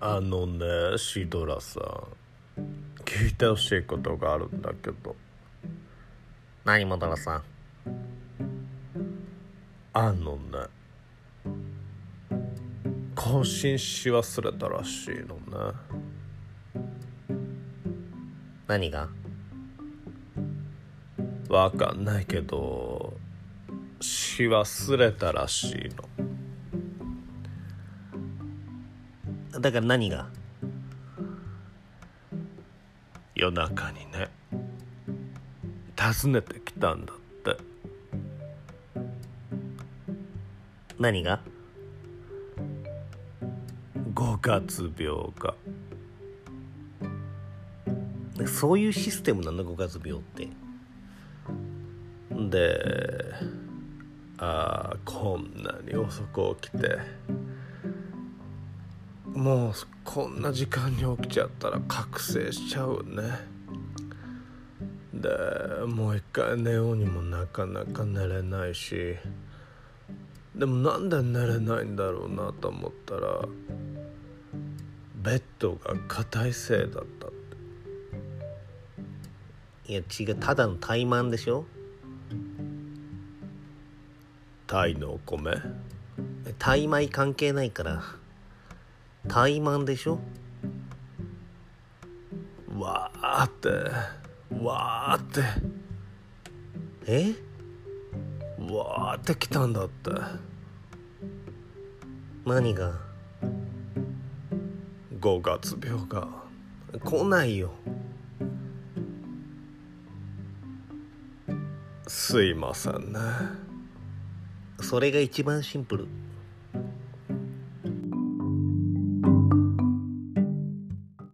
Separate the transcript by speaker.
Speaker 1: あのねシドラさん聞いてほしいことがあるんだけど
Speaker 2: 何もドラさん
Speaker 1: あのね更新し忘れたらしいのね
Speaker 2: 何が
Speaker 1: わかんないけどし忘れたらしいの
Speaker 2: だから何が
Speaker 1: 夜中にね訪ねてきたんだって
Speaker 2: 何が
Speaker 1: 五月病が
Speaker 2: そういうシステムなの五月病って
Speaker 1: でああこんなに遅く起きてもうこんな時間に起きちゃったら覚醒しちゃうねでもう一回寝ようにもなかなか寝れないしでもなんで寝れないんだろうなと思ったらベッドが硬いせいだったって
Speaker 2: いや違うただの怠慢でしょ
Speaker 1: タイのお米
Speaker 2: 怠米関係ないから怠慢でしょ
Speaker 1: わーってわーって
Speaker 2: え
Speaker 1: わーってきたんだって
Speaker 2: 何が
Speaker 1: 5月病が
Speaker 2: 来ないよ
Speaker 1: すいませんね
Speaker 2: それが一番シンプル